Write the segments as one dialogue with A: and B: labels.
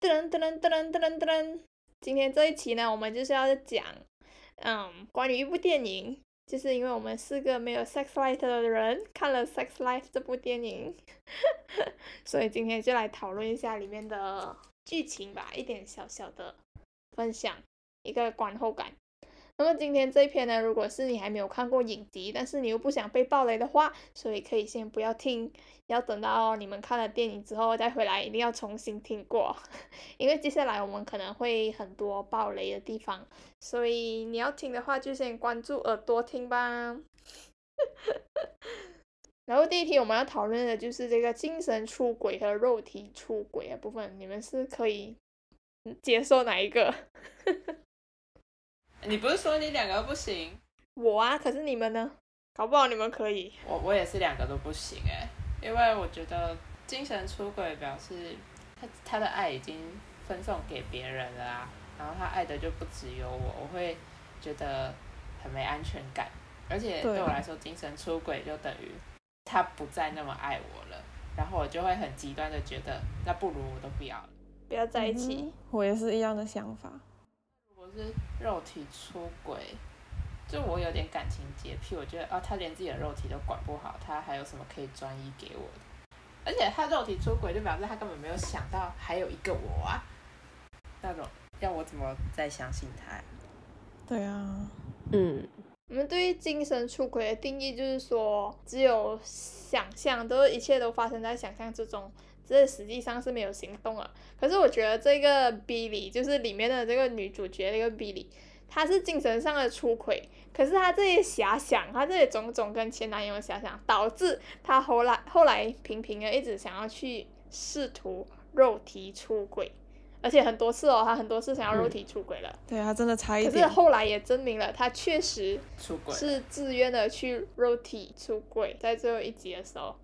A: 噔噔噔噔噔噔噔，今天这一期呢，我们就是要讲，嗯，关于一部电影，就是因为我们四个没有 sex life 的人看了《Sex Life》这部电影， 所以今天就来讨论一下里面的剧情吧，一点小小的分享，一个观后感。那么今天这一篇呢，如果是你还没有看过影集，但是你又不想被暴雷的话，所以可以先不要听，要等到你们看了电影之后再回来，一定要重新听过， 因为接下来我们可能会很多暴雷的地方，所以你要听的话就先关注耳朵听吧。 然后第一题我们要讨论的就是这个精神出轨和肉体出轨的部分，你们是可以接受哪一个？
B: 你不是说你两个都不行？
A: 我啊，可是你们呢？搞不好你们可以。
B: 我我也是两个都不行哎、因为我觉得精神出轨表示他他的爱已经分送给别人了啊，然后他爱的就不只有我，我会觉得很没安全感，而且
A: 对
B: 对我来说，精神出轨就等于他不再那么爱我了，然后我就会很极端的觉得，那不如我都不要了。
A: 不要在一起。
C: 嗯我也是一样的想法。
B: 我是肉体出轨，就我有点感情洁癖，我觉得啊，他连自己的肉体都管不好，他还有什么可以专一给我的？而且他肉体出轨，就表示他根本没有想到还有一个我啊，那种要我怎么再相信他？
C: 对啊，
D: 嗯，
A: 我们对于精神出轨的定义就是说，只有想象，都是一切都发生在想象之中，这实际上是没有行动了。可是我觉得这个 Billy 就是里面的这个女主角这个 Billy，她是精神上的出轨，可是她这些遐想，她这些种种跟前男友的遐想，导致她后来后来频频的一直想要去试图肉体出轨，而且很多次哦，她很多次想要肉体出轨了，
C: 对啊，真的嗯差一
A: 可是
C: 点。
A: 后来也证明了她确实。
B: 出轨
A: 是自愿的去肉体出轨，在最后一集的时候，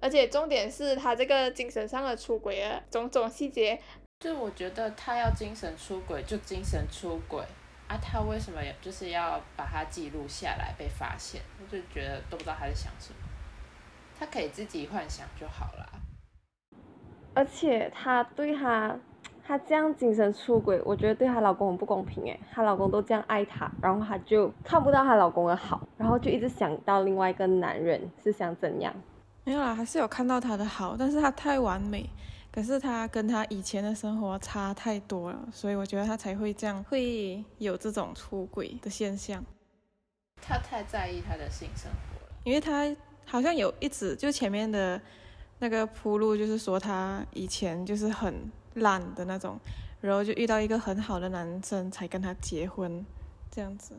A: 而且重点是他这个精神上的出轨的种种细节，
B: 就我觉得他要精神出轨就精神出轨啊，他为什么就是要把它记录下来被发现？我就觉得都不知道他在想什么，他可以自己幻想就好了啊。
D: 而且她对她，她这样精神出轨，我觉得对她老公很不公平诶。她老公都这样爱她，然后她就看不到她老公的好，然后就一直想到另外一个男人是想怎样。
C: 没有啦，还是有看到他的好，但是他太完美，可是他跟他以前的生活差太多了，所以我觉得他才会这样，会有这种出轨的现象。
B: 他太在意他的性生活了。
C: 因为他好像有一直就前面的那个铺路，就是说他以前就是很烂的那种，然后就遇到一个很好的男生才跟他结婚，这样子。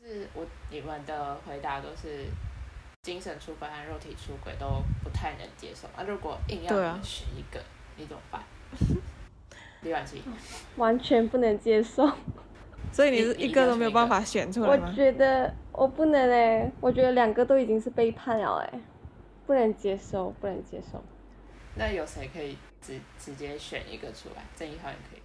B: 就是我你们的回答都是精神出轨和肉体出轨都不太能接受。那、如果硬要
C: 对啊
B: 你们选一个，你怎么办？李婉琪，
D: 完全不能接受，
C: 所以你
B: 你
C: 是
B: 你
C: 一个
B: 要
C: 都没
B: 选
C: 有
B: 一
C: 办
B: 个
C: 法选出
D: 我
C: 来吗？
D: 觉得我不能诶，我觉得两个都已经是背叛了欸诶，不能接受，不能接受。
B: 那有谁可以直直接选一个出来？郑一浩也可以。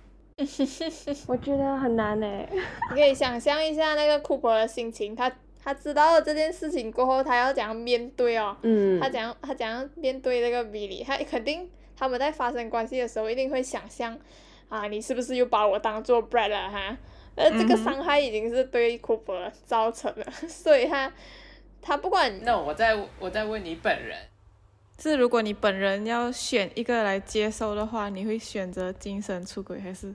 D: 我觉得很难欸诶。
A: 你可以想象一下那个库珀的心情，他他知道了这件事情过后，他要怎样面对哦，
D: 嗯
A: 他怎样他怎样面对这个 Billy，他肯定他们在发生关系的时候一定会想象，啊，你是不是又把我当做 Brad 了哈？呃，这个
C: 嗯哼
A: 伤害已经是对库珀造成了， 所以他他不管
B: 那、我再我再问你本人，
C: 是如果你本人要选一个来接收的话，你会选择精神出轨还是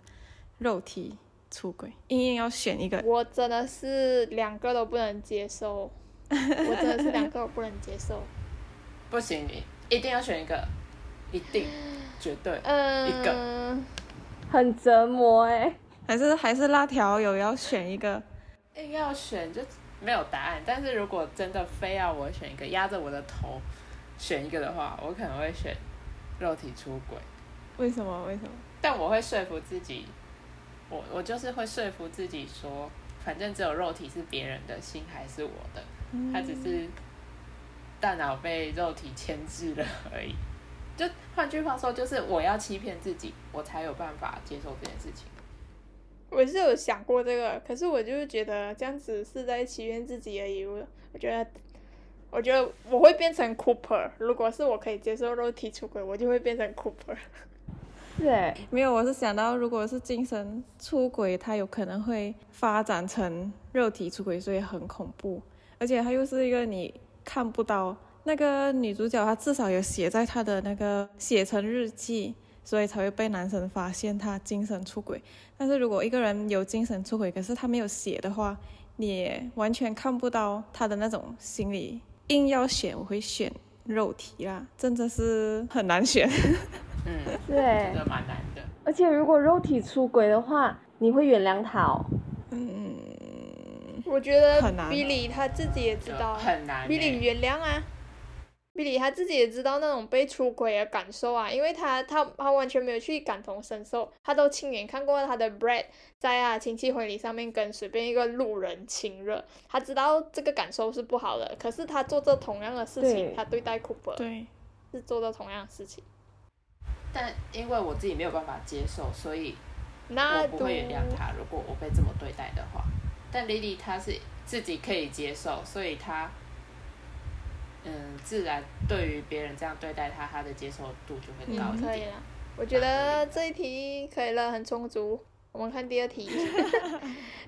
C: 肉体出轨？硬硬要选一个，
A: 我真的是两个都不能接受，我真的是两个都不能接受。
B: 不行，你一定要选一个，一定，绝对。
A: 呃
B: 一
A: 嗯，
D: 很折磨欸诶。
C: 还是还是辣条有要选一个？
B: 硬要选就没有答案，但是如果真的非要我选一个，压着我的头选一个的话，我可能会选肉体出轨，
C: 为什么？为什么？
B: 但我会说服自己，我我就是会说服自己说，反正只有肉体是别人的，心还是我的，
A: 嗯
B: 他只是大脑被肉体牵制了 而已。就换句话说，就是我要欺骗自己，我才有办法接受这件事情。
A: 我是有想过这个，可是我就是觉得这样子是在欺骗自己而已。我我觉得，我觉得我会变成 Cooper。如果是我可以接受肉体出轨，我就会变成 Cooper。
D: 是哎，
C: 没有，我是想到如果是精神出轨，它有可能会发展成肉体出轨，所以很恐怖。而且它又是一个你看不到那个女主角，她至少有写在她的那个写成日记，所以才会被男生发现她精神出轨。但是如果一个人有精神出轨，可是他没有写的话，你也完全看不到他的那种心理。硬要选，我会选肉体啦，真的是很难选。
B: 嗯，
D: 是哎
B: 真，的蛮难的。
D: 而且如果肉体出轨的话，你会原谅他哦。
A: 我觉得
C: 很难啊
A: Billy 他自己也知道，
B: 很难欸
A: Billy 原谅啊，Billy 他自己也知道那种被出轨的感受啊，因为他他他完全没有去感同身受，他都亲眼看过他的 Brad 在啊亲戚婚礼上面跟随便一个路人亲热，他知道这个感受是不好的，可是他做这同样的事情，
D: 对
A: 他对待 Cooper
C: 对，
A: 是做这同样的事情，
B: 但因为我自己没有办法接受，所以
A: 那
B: 我
A: 都
B: 不会原谅他。如果我被这么对待的话，但 Lily 她是自己可以接受，所以她嗯，自然对于别人这样对待她，她的接受度就会高
A: 嗯，
B: 一
A: 可以
B: 点。
A: 了，我觉得这一题可以了，很充足。我们看第二 题，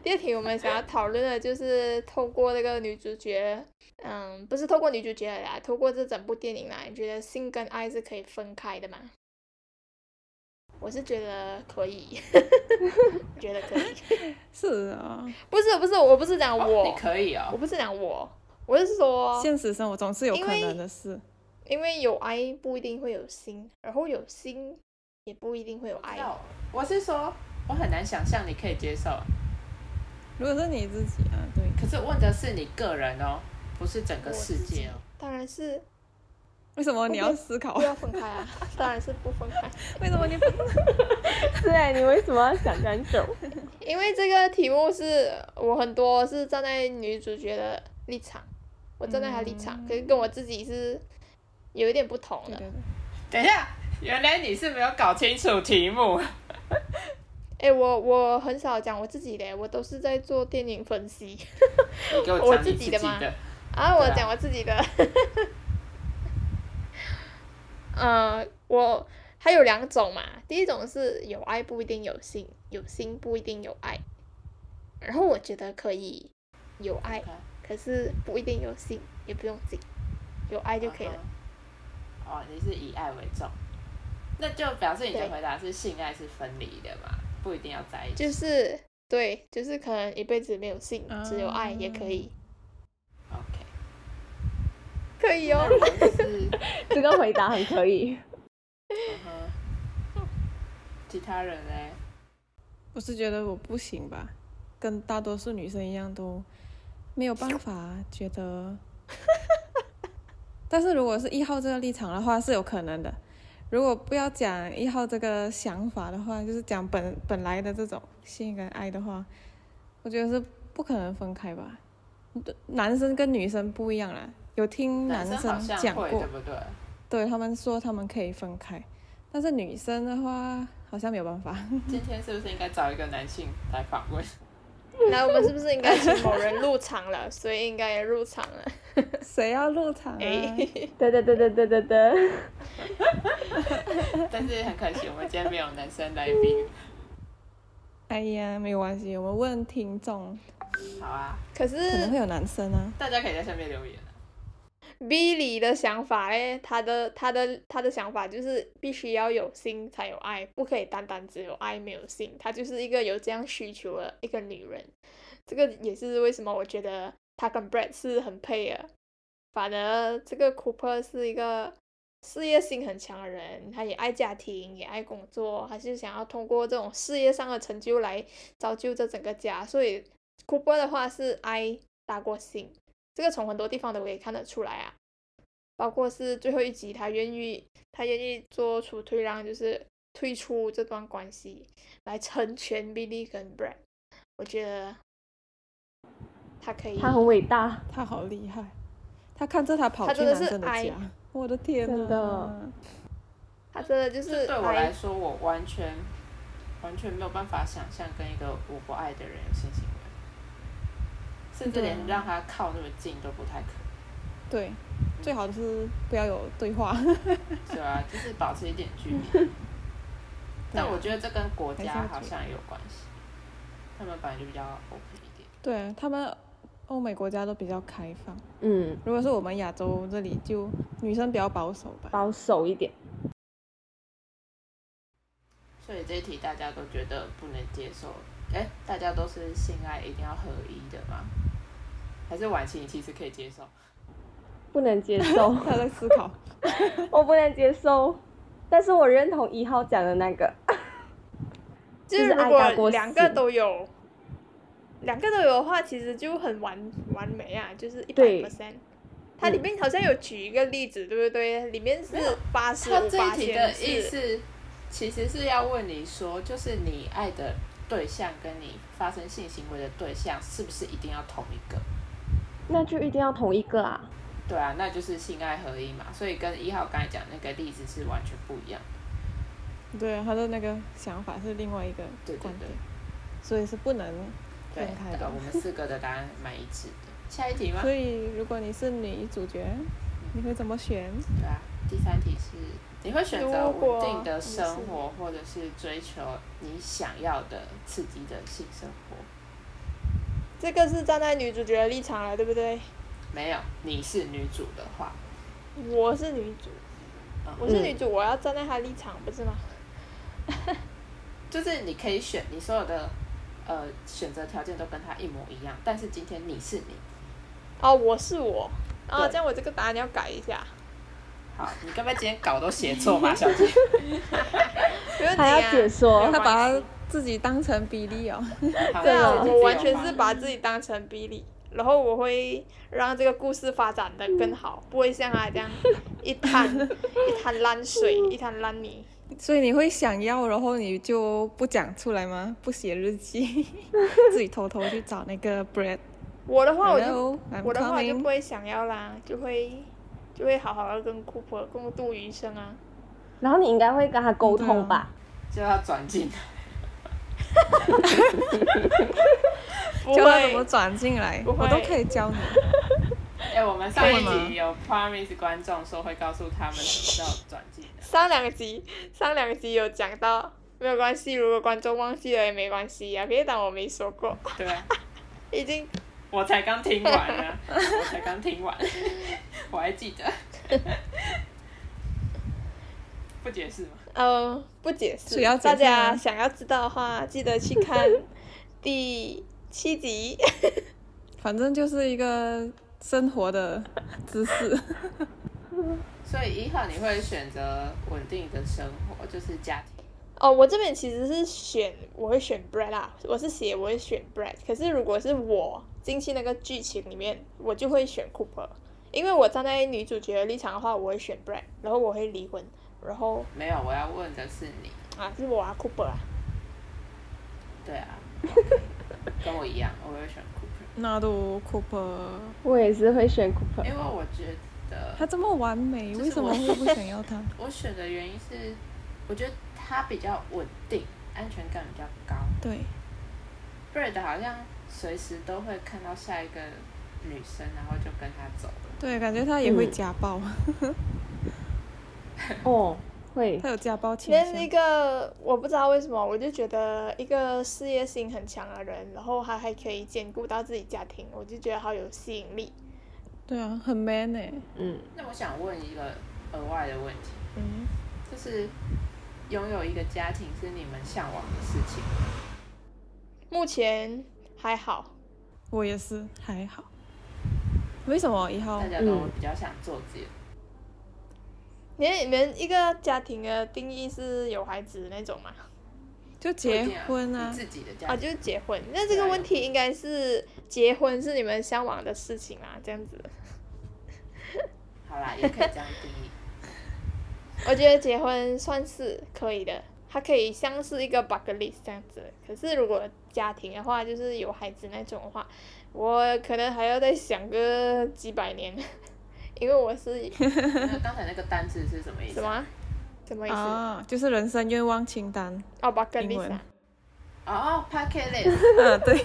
A: 第二题我们想要讨论的就是透过这个女主角，嗯，不是透过女主角啦，透过这整部电影啦，你觉得性跟爱是可以分开的吗？我是觉得可以， 我觉得可以。
C: 是啊、
A: 不是不是，我不是讲
B: 哦
A: 我，
B: 你可以哦
A: 我，不是讲我，我是说，
C: 现实生活中是有
A: 因
C: 可
A: 为
C: 能的事。
A: 因为有爱不一定会有心，然后有心也不一定会有爱。
B: 那我我是说，我很难想象你可以接受。
C: 如果是你自己啊，对，
B: 可是问的是你个人哦，不是整个世界哦。
A: 当然是
C: 为什么你要思考
A: 不？要分开啊，当然是不分开，嗯
C: 为什么你不？
D: 是哎，你为什么要想很久？
A: 因为这个题目是我很多是站在女主角的立场，我站在她立场，可是跟我自己是有一点不同
C: 嗯对
A: 的。
C: 对
B: 等一下，原来你是没有搞清楚题目。
A: 哎，我我很少讲我自己的，我都是在做电影分析
B: 你给我
A: 我
B: 讲你
A: 自
B: 自
A: 己
B: 己
A: 的
B: 的
A: 吗啊，我讲我自己的。 呃，我还有两种嘛，第一种是有爱不一定有心，有心不一定有爱。然后我觉得可以有爱
B: OK
A: 可是不一定有心，也不用紧，有爱就可
C: 啊
A: 以了。
B: 嗯哼。哦，你是以爱为重，那就表示你的
A: 对
B: 回答是性爱是分离的嘛，不一定要在一起。
A: 就是对，就是可能一辈子没有性，只有爱
C: 啊
A: 也可以，
B: OK，
C: 啊
A: 可以 哦。
B: 就是
D: 这个回答很可以。
B: 嗯哼其他人嘞，
C: 我是觉得我不行吧，跟大多数女生一样都没有办法觉得。但是如果是一号这个立场的话，是有可能的。如果不要讲一号这个想法的话，就是讲本本来的这种性跟爱的话，我觉得是不可能分开吧。男生跟女生不一样啦，有听嗯男
B: 生好
C: 生
B: 像
C: 讲
B: 会，
C: 过
B: 对，不对？
C: 对他们说他们可以分开，但是女生的话好像没有办法。
B: 今天是不是应该找一个男性来访问？
A: 来，我们是不是应该请某人入场了？所以应该也入场了。
C: 谁要入场、 啊？
A: 哎
D: 对对对对对对对，
B: 但是很可惜，我们今天没有男生来宾。
C: 哎呀，没有关系，我们问听众，
B: 好啊，
A: 可
C: 可能
A: 是
C: 会有男生啊。
B: 大家可以在下面留言啊。
A: Billy 的想法诶，他的他的他的想法就是必须要有性才有爱，不可以单单只有爱没有性。她就是一个有这样需求的一个女人，这个也是为什么我觉得她跟 Brad 是很配的。反而这个 Cooper 是一个事业心很强的人，他也爱家庭，也爱工作，他是想要通过这种事业上的成就来造就这整个家。所以 Cooper 的话是爱大过性。这个从很多地方都可以看得出来啊，包括是最后一集他愿意他愿意做出退让，就是退出这段关系，来成全 Billy 跟 Brad。我觉得他可以，
D: 他很伟大，
C: 他好厉害，他看着他跑
A: 他
C: 去
A: 真的
C: 男
A: 是
C: 生的
A: 爱
C: 家，我的天啊
D: 真
C: 呐！
D: 的
A: 他真的就是
B: 这对我
A: 来
B: 来说，我完全完全没有办法想象跟一个我不爱的
C: 啊
B: 人有性行为，甚至连让他靠那么近都不太可能。
C: 对，最好的是不要有对话。
B: 对啊，就是保持一点距 离。但
C: 对啊
B: 我觉得这跟国
C: 还是
B: 家
C: 要
B: 好
C: 注意
B: 像也有关系，他们本来就比较 open 一点。
C: 对他们欧美国家都比较开放，
D: 嗯，
C: 如果是我们亚洲这里，就女生比较保守吧。
D: 保守一点。
B: 所以这一题大家都觉得不能接受，哎，大家都是性爱一定要合一的吗？还是晚期你其实可以接受？
D: 不能接受，
C: 他在思考，
D: 我不能接受。但是我认同一号讲的那个，
A: 就
D: 就是
A: 是如
D: 爱大
A: 果
D: 过
A: 两
D: 死
A: 个都有，两个都有的话，其实就很完完美啊，就是一百
D: 对
A: percent。它里面好像有举一个例子，对不对？里面是
B: 嗯没有
A: 八十
B: 他
A: 五
B: 这一
A: 八
B: 题的
A: 千
B: 意
A: 是，
B: 思其实是要问你说，就是你爱的对象跟你发生性行为的对象是不是一定要同一个？
D: 那就一定要同一个啊。
B: 对啊，那就是性爱合一嘛。所以跟一号刚才讲那个例子是完全不一样的。
C: 对他的那个想法是另外一个
B: 对对
C: 观
B: 对
C: 点，所以是不能
B: 对
C: 分开，
B: 但
C: 的
B: 我。们四个的答案蛮一致的。下一题 吗？
C: 所以如果你是女主角，你会怎么选？
B: 对啊，第三题是你会选择
A: 如果
B: 稳定的生活，或者是追求你想要的刺激的性生活？
A: 这个是站在女主角的立场了，对不对？
B: 没有，你是女主的话，
A: 我是女主
B: 嗯，
A: 我是女主，我要站在她立场，不是吗？
B: 就是你可以选你所有的呃选择条件都跟他一模一样，但是今天你是你，
A: 哦，我是我，啊，
B: 对
A: 这样我这个答案要改一下，
B: 好，你该不会今天稿都写错吧，小 姐？
A: 不用
D: 还要
A: 紧
D: 解
A: 啊。
D: 说
A: 没
C: 他
A: 有，
C: 把他自己当成比例哦，
B: 好
A: 对啊，
B: 那就
A: 我完
B: 自由
A: 全
B: 吧
A: 是把自己当成比利，然后我会让这个故事发展的更好，不会像他这样一滩一滩烂水，一滩烂泥。
C: 所以你会想要，然后你就不讲出来吗？不写日记， 自己偷偷去找那个 bread。
A: 我的话，我就
C: Hello, I'm
A: 我的话我就不
C: coming。
A: 会想要啦，就会就会好好的跟姑婆共度余生啊。
D: 然后你应该会跟他沟通吧？
B: 就要 转进
A: 不
C: 教他怎么
A: 会，
C: 转进来，
A: 不会
C: 我都可以教你。
B: 哎、我们上一
C: 可以吗
B: 集有 promise 观众说会告诉他们什么时候转进的，
A: 上两集上两集有讲到，没有关系，如果观众忘记了也没关系呀、啊，别当我没说过，
B: 对啊。
A: 已经
B: 我才刚听完啊，我才刚听完， 我还记得。 不解释吗？
A: 呃，不解释。
C: 主要
A: 大
C: 解释吗
A: 家想要知道的话，记得去 看第七集。
C: 反正就是一个生活的知识。
B: 所以一号你会选择稳定的生活，就是家庭。
A: 哦，我这边其实是选，我会选 bread 啦，我是写我会选 bread。可是如果是我进去那个剧情里面，我就会选 Cooper，因为我站在女主角的立场的话，我会选 bread，然后我会离婚，然后
B: 没有，我要问的是你。
A: 啊是我啊 Cooper 啊，
B: 对 啊，跟我一样，我会选 Cooper，
C: 纳杜 Cooper，
D: 我也是会选 Cooper，
B: 因为我觉得
C: 他这么完美，
B: 就是
C: 为什么会不想要他？
B: 我选的原因是，我觉得他比较稳定，安全感比较高。
C: 对，
B: Brad 好像随时都会看到下一个女生，然后就跟他走了。
C: 对，感觉他也会家暴，
D: 哦，会
C: 他有家暴倾
A: 那那
C: 向。
A: 个我不知道为什么，我就觉得一个事业心很强的人，然后他还可以兼顾到自己家庭，我就觉得好有吸引力。
C: 对啊，很 man 哎、
D: 嗯，
B: 那我想问一个额外的问题，
C: 嗯，
B: 就是拥有一个家庭是你们向往的事情吗，
A: 目前还好，
C: 我也是，还好。为什么一号
B: 大？家都比较想做自
C: 嗯
B: 己。
A: 你们你们一个家庭的定义是有孩子那种吗？
C: 就
B: 不一
C: 结
B: 定
C: 婚
B: 啊，
C: 啊
B: 你？自己的家
A: 啊，
B: 庭。
A: 就是结婚。那这个问题应该是结婚是你们向往的事情啊，这样子。
B: 好啦，也可以这样定 义。
A: 我觉得结婚算是可以的，它可以像是一个 bucket list 这样子。可是如果家庭的话，就是有孩子那种的话，我可能还要再想个几百年， 因为我是
B: 那刚才那个单字是什么意思
A: 什么？啊？什么意思？哦、
C: 啊，就是人生愿望清单。
A: bucket
C: 英
A: list
C: 文
A: 啊。
C: 啊
B: 哦，packet list。
C: 啊，对，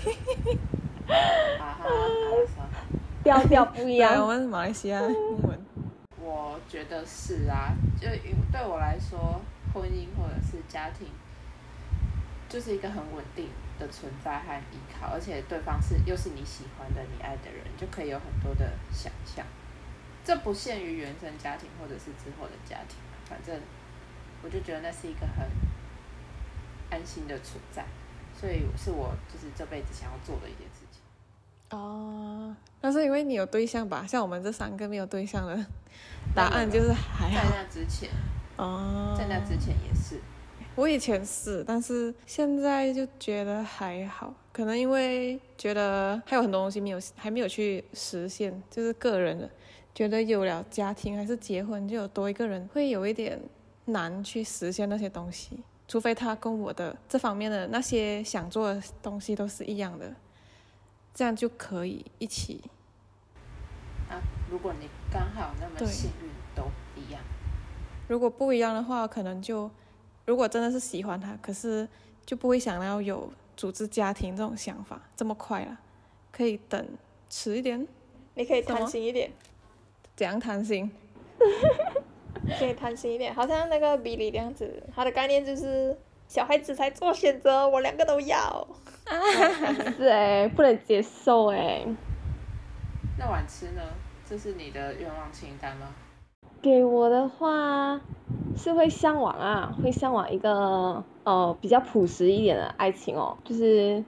B: 好好好，好好
D: 调调不一
C: 对啊，我
D: 样。
C: 们马来西亚英文，
B: 我觉得是啊，就因对我来说，婚姻或者是家庭，就是一个很稳定的存在和依靠，而且对方是又是你喜欢的、你爱的人，就可以有很多的想象。这不限于原生家庭或者是之后的家庭，反正我就觉得那是一个很安心的存在，所以是我就是这辈子想要做的一件事情。
C: 哦，那是因为你有对象吧？像我们这三个没有对象的，答案
B: 没
C: 就
B: 有
C: 是还
B: 在
C: 好
B: 那之前，
C: 哦。
B: 在那之前也是。
C: 我以前是，但是现在就觉得还好，可能因为觉得还有很多东西没有还没有去实现，就是个人的，觉得有了家庭还是结婚就有多一个人，会有一点难去实现那些东西，除非他跟我的这方面的那些想做的东西都是一样的，这样就可以一起。
B: 啊，如果你刚好那么
C: 对
B: 幸运都一样，
C: 如果不一样的话，可能就如果真的是喜欢他，可是就不会想要有组织家庭这种想法这么快了，可以等迟一点，
A: 你可以
C: 什么
A: 贪心一点，
C: 怎样贪心？
A: 可以贪心一点，好像那个比利这样子，他的概念就是小孩子才做选择，我两个都要。
D: 嗯是哎、不能接受哎、
B: 那晚吃呢？这是你的愿望清单吗？
D: 给我的话是会向往啊，会向往一个呃比较朴实一点的爱情哦，就是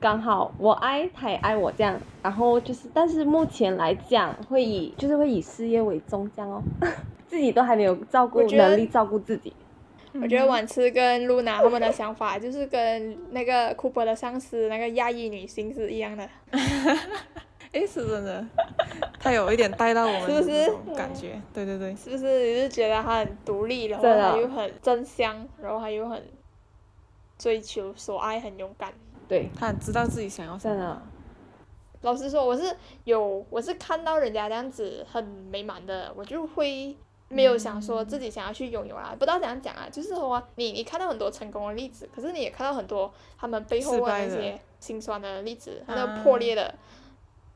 D: 刚好我爱他也爱我这样，然后就是但是目前来讲会以就是会以事业为重这样哦， 自己都还没有照顾
A: 我觉得
D: 能力照顾自己，
A: 我觉得晚吃跟露娜他们的想法就是跟那个库珀的上司那个亚裔女星是一样的，
C: 诶，是真的，他有一点带到我们
A: 是不是
C: 这种感觉，对对对，
A: 是不是？你是觉得他很独立，然后
D: 真的
A: 他又很真香，然后他又很追求所爱，很勇敢。
D: 对，
C: 他很知道自己想要什
D: 真
C: 么。
D: 的
A: 老实说，我是有，我是看到人家这样子很美满的，我就会没有想说自己想要去拥有啦。不知道怎样讲啊，就是说你你看到很多成功的例子，可是你也看到很多他们背后
C: 失
A: 的
C: 败
A: 那
C: 的
A: 些辛酸的例子，
C: 啊
A: 还有破裂的。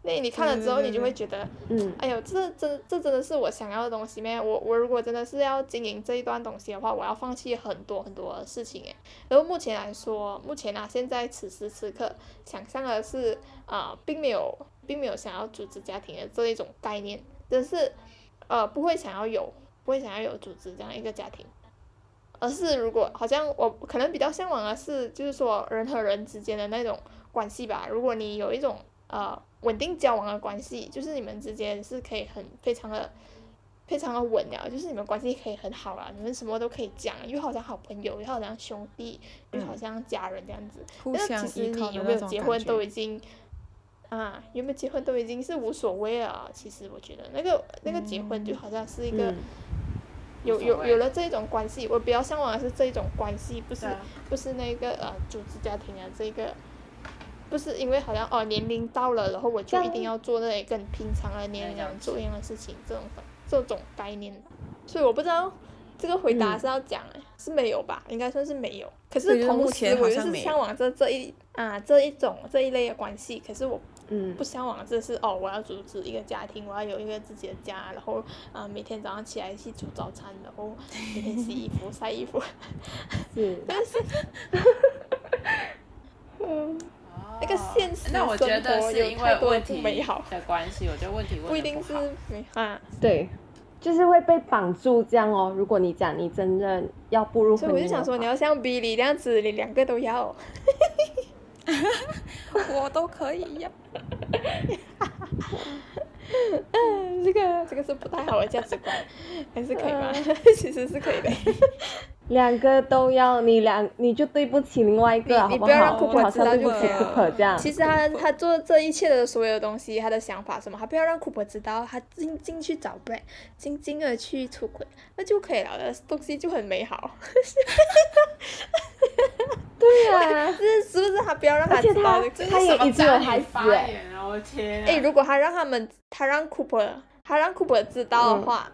A: 那你看了之后，
C: 对对对
A: 你就会觉得，
D: 嗯
A: 哎呦，这真这真的是我想要的东西咩？我我如果真的是要经营这一段东西的话，我要放弃很多很多的事情诶。然后目前来说，目前啊，现在此时此刻想象的是啊、呃并没有并没有想要组织家庭的这一种概念，只是呃不会想要有不会想要有组织这样一个家庭，而是如果好像我可能比较向往的是，就是说人和人之间的那种关系吧。如果你有一种呃稳定交往的关系，就是你们之间是可以很非常的。非常的稳了，就是你们关系可以很好啊了，你们什么都可以讲，又好像好朋友，又好像兄弟，又好像家人这样子。
C: 嗯互
A: 那
C: 相
A: 其实
C: 依
A: 你
C: 靠
A: 有
C: 的
A: 没
C: 那
A: 有
C: 种
A: 结婚
C: 感
A: 都
C: 觉，
A: 已经啊，有没有结婚都已经是无所谓了啊。其实我觉得那个那个结婚就好像是一个、
D: 嗯，
A: 有
B: 无所
A: 有
B: 谓
A: 有了这种关系，我比较向往的是这种关系，不是、
B: 对啊
A: 不是那个呃组织家庭啊这个。不是因为好像哦年龄到了，然后我就
D: 这
A: 一
D: 样
A: 定要做那些跟平常的年龄
B: 那样
A: 人
B: 子
A: 做一样的事情，这种这种概念。所以我不知道这个回答
D: 嗯
A: 是要讲、是没有吧？应该算是没有。可
C: 对
A: 是
C: 就是
A: 同
C: 目
A: 时
C: 前
A: 我
C: 好
A: 又
C: 像
A: 是
C: 没有
A: 向往这这一啊这一种这一类的关系，可是我
D: 嗯
A: 不向往这是哦，我要组织一个家庭，我要有一个自己的家，然后啊、呃每天早上起来去煮早餐，然后每天洗衣服、晒衣服。
D: 是
B: 哦
A: 那个现实
B: 那我觉
A: 生
B: 得
A: 活
B: 是
A: 有
B: 因
A: 太
B: 为
A: 多
B: 问
A: 不
B: 题
A: 美好
B: 的关系，我觉得问题问得
A: 不一定
B: 好
A: 是没啊，
D: 对，就是会被绑住这样哦。如果你讲你真正要步入 婚
A: 所
D: 姻
A: 以
D: 的话，
A: 我就想说，你要像 Billy 这样子，你两个都要。
C: 我都可以 呀。
A: 嗯，这个这个是不太好的价值观，还是可以吗？ 其实是可以的。
D: 两个都要，你两你就对不起另外一个，
A: 你
D: 好
A: 你
D: 不
A: 不要让
D: 好？
A: 库
D: 就
A: 珀
D: 好
A: 知
D: 像
A: 道
D: 对
A: 就
D: 不
A: 可
D: 起
A: 以
D: 库
A: 了。
D: 珀这样。
A: 其实他他做这一切的所有东西，他的想法什么，他不要让库珀知道，他静静去找 Brad，静静的去出轨，那就可以了的东西就很美好。
D: 对啊，
A: 是是不是他不要让他
D: 而且
A: 知道
D: 他
A: 这个？
D: 他也已经有孩子
B: 发
D: 哎，
B: 言啊！我天啊，
A: 哎，如果他让他们，他让库珀，他让库珀知道的话，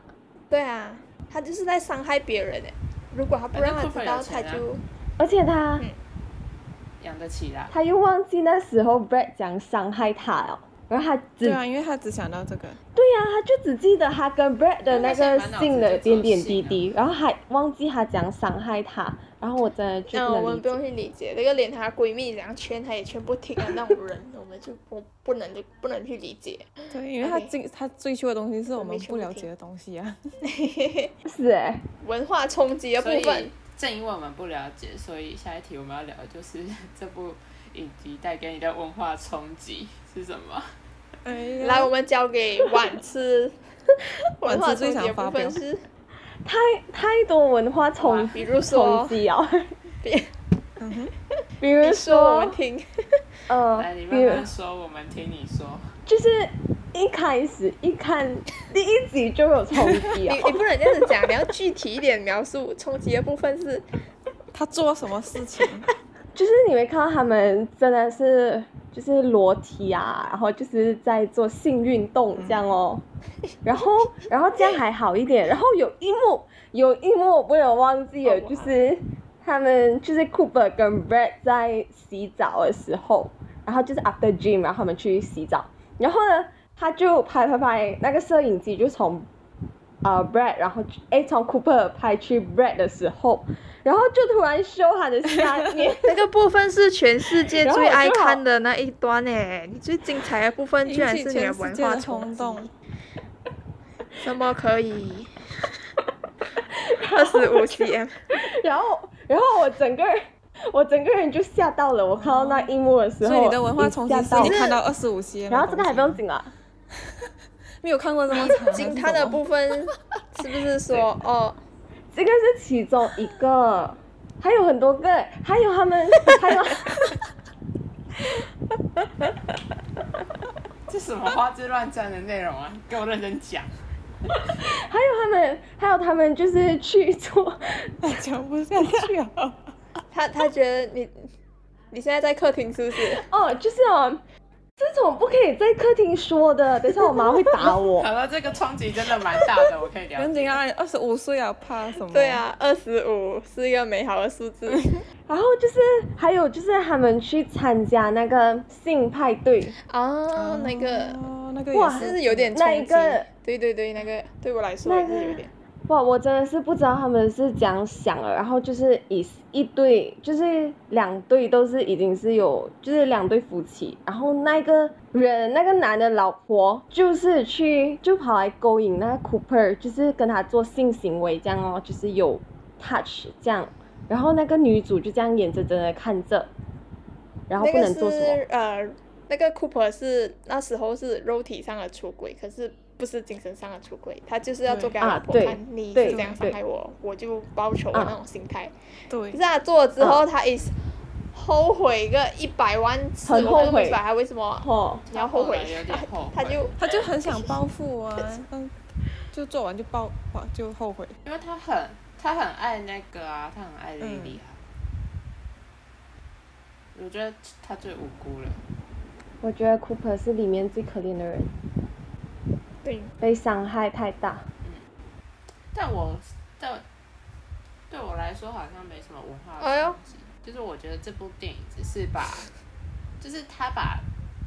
A: 对啊，他就是在伤害别人哎。如果他不让他知
C: 哎
A: 道，他
C: 啊
B: 反正库珀
A: 就
B: 有
D: 而且他
A: 嗯
B: 养得起啦。
D: 他又忘记那时候 Brad 讲伤害他哦，然后她只
C: 对啊，因为他只想到这个，
D: 对呀、她就只记得她跟 Brad 的那
B: 她
D: 个
B: 现在满脑子
D: 性的
B: 就只有
D: 点点滴
B: 性啊
D: 滴，然后还忘记她怎样伤害她，然后我真的就
A: 那
D: 不
A: 我
D: 能
A: 们
D: 理
A: 不
D: 解。
A: 用去理解，这个连她闺蜜怎样劝她也劝不听的那种人，我们就不不能就不能去理解。
C: 对，因为他
A: OK
C: 追他追求的东西是我
A: 我没
C: 们
A: 全
C: 不
A: 部
C: 了
A: 听
C: 解的东西啊。
D: 是哎、
A: 文化冲击的
B: 所
A: 部
B: 以
A: 分，
B: 正因为我们不了解，所以下一题我们要聊的就是这部影集带给你的文化冲击是什么？
C: 哎 呀
A: 来我们交给晚 吃。文
C: 晚
A: 化
C: 吃最
A: 冲击的
C: 想发
A: 部分
C: 表
A: 是，
D: 太太多文化冲
B: 哇
A: 比如
D: 冲
A: 说，
D: 击啊，
A: 比
C: 嗯哼，
D: 比如
A: 你说我们听，哦
D: 呃
B: 来，你，
D: 比
B: 慢
D: 如
B: 慢说，我们听你说。
D: 就是一开始一看第一集就有冲击
A: 你
D: 啊，
A: 你不能这样子讲，你要具体一点描述冲击的部分是，
C: 他做什么事情？
D: 就是你会看到他们真的是就是裸体啊，然后就是在做性运动这样哦，然后然后这样还好一点，然后有一幕有一幕我不能忘记了，
A: 哦哇
D: 就是他们就是 Cooper 跟 Brad 在洗澡的时候，然后就是 after gym，然后他们去洗澡，然后呢他就拍拍拍那个摄影机就从呃 Brad，然后哎从 Cooper 拍去 Brad 的时候，然后就突然秀他的下面。
A: 那个部分是全世界
D: 然后
A: 最
D: 我就
A: 爱
D: 好
A: 看的那一段诶，你最精彩的部分
C: 引
A: 居然
C: 起
A: 是你的
C: 全世
A: 文
C: 界
A: 化
C: 的
A: 冲
C: 冲
A: 击，
C: 动。
A: 怎么可以？二十五 cm，
D: 然后，然后我整个人，我整个人就吓到了。我看到那一幕的时候，
C: 哦所以你的文化
D: 我
C: 冲击
D: 吓
C: 是
D: 到
C: 你
D: 了
C: 看到二十五 C，
D: 然后这个还不用紧啊了，
C: 没有看过这么长啊。
A: 惊
C: 是
A: 叹的
C: 什么
A: 部分是不是说哦，
D: 这个是其中一个，还有很多个，还有他们，还有
B: 这什么花枝乱转的内容啊？给我认真讲。
D: 还有他们，还有他们就是去做，
C: 讲不下去啊。
A: 他他觉得你你现在在客厅是不是？
D: 哦，就是哦，这种不可以在客厅说的，等一下我妈会打我。
B: 好了，这个冲击真的蛮大的，我可以了
C: 袁
B: 解。
C: 景安二十五岁啊，怕什么？
A: 对，啊，二十五是一个美好的数字。
D: 然后就是还有就是他们去参加那个性派对，
A: 哦，那个
C: 哦，那个
D: 哇
C: 也
A: 就是是有点
D: 那一
A: 冲击
D: 个。
A: 对对对，那个对我来说也
D: 那
A: 是
D: 个
A: 有点。
D: 哇，我真的是不知道他们是怎样想的。然后就是以一对，就是两对都是已经是有，就是两对夫妻。然后那个人，那个男的老婆就是去就跑来勾引那个 Cooper，就是跟他做性行为这样哦，就是有 touch 这样。然后那个女主就这样眼睁睁的看着，然后
A: 那
D: 不
A: 个
D: 能做什么。
A: 是呃，那个 Cooper 是那时候是肉体上的出轨，可是不是精神上的出轨，他就是要做给他
D: 啊
A: 老婆
D: 对
A: 看，你是
D: 对
A: 这样伤
D: 对
A: 害我，我就报仇的
D: 啊
A: 那种心态。可
C: 对
A: 是，他做了之后，他 is 后悔个一百万次，
D: 很
A: 我就
D: 后
A: 不
D: 悔
A: 明白他为什么
D: 哦，
A: 你要后悔
B: 他后来有点后悔，
A: 他就
C: 他就很想报复啊，但就做完就报，就后悔。
B: 因为他很他很爱那个啊，他很爱莉莉啊。我觉得他最无辜了。
D: 我觉得 Cooper 是里面最可怜的人，
A: 对
D: 被伤害太大。
B: 但我但对我来说好像没什么文化
A: 哎呦
B: 冲击，就是我觉得这部电影只是把，就是他把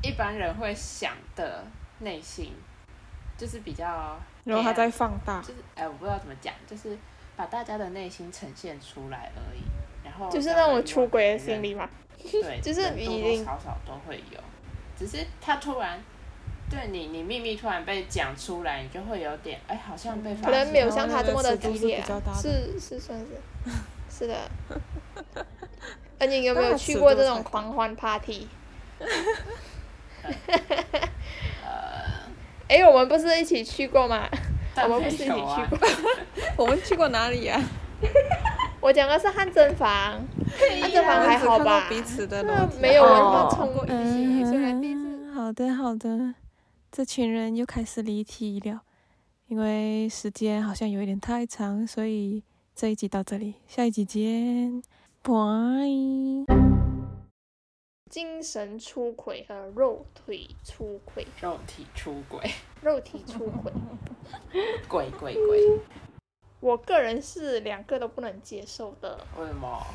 B: 一般人会想的内心，就是比较，
C: 然后
A: 啊
C: 他再放大
B: 就，是哎，我不知道怎么讲，就是把大家的内心呈现出来而已。然后
A: 就是
B: 让
A: 那种
B: 人
A: 出轨的
B: 完全
A: 心理嘛。
B: 对，
A: 就是
B: 人
A: 你
B: 多
A: 已
B: 多
A: 经
B: 少少都会有，只是他突然对你，你秘密突然被讲出来，你就会有点哎，好像被发
A: 可能
B: 现。
A: 没有像他这么的激烈、
C: 然后
A: 啊
C: 那个，尺
A: 是是算是，是的。 那你有没
C: 但
A: 有
C: 他
A: 去
C: 尺
A: 过
C: 度
A: 这种
C: 才大
A: 狂欢 party？哎、我们不是一起去过吗？
B: 但
A: 我们
B: 没
A: 不是一
B: 有
A: 起
B: 啊
A: 去
C: 我们去过哪里
A: 啊
C: 呀？
A: 我讲的是汗蒸房，汗蒸房还好吧
C: 我们只看过？彼此的
A: 那
C: 楼梯
A: 没有文化
D: 哦
A: 冲过一起，虽然第一次
C: 嗯，好的好的，这群人又开始离题了，因为时间好像有一点太长，所以这一集到这里，下一集见，拜。
A: 精神出轨和肉体出轨，
B: 肉体出轨，
A: 肉体出轨，
B: 鬼鬼鬼，
A: 我个人是两个都不能接受的，
B: 为什么？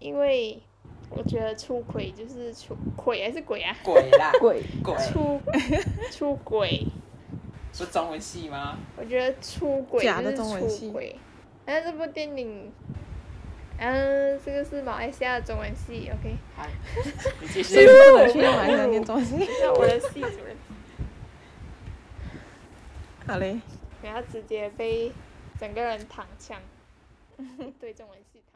A: 因为我觉得出轨就是出轨还是 鬼啊？
B: 鬼啦，
D: 鬼
B: 鬼，
A: 出出轨，
B: 不是中文系吗？
A: 我觉得出轨
C: 假的
A: 就
C: 中
A: 是
C: 文系
A: 出轨。但是这部电影，嗯、这个是马来西亚的中文系，OK。
B: 好， 你继续
C: 所以。不能去马来西亚念中文系。
A: 那我的系主任，
C: 好嘞。
A: 然后直接被整个人躺枪，对中文系躺。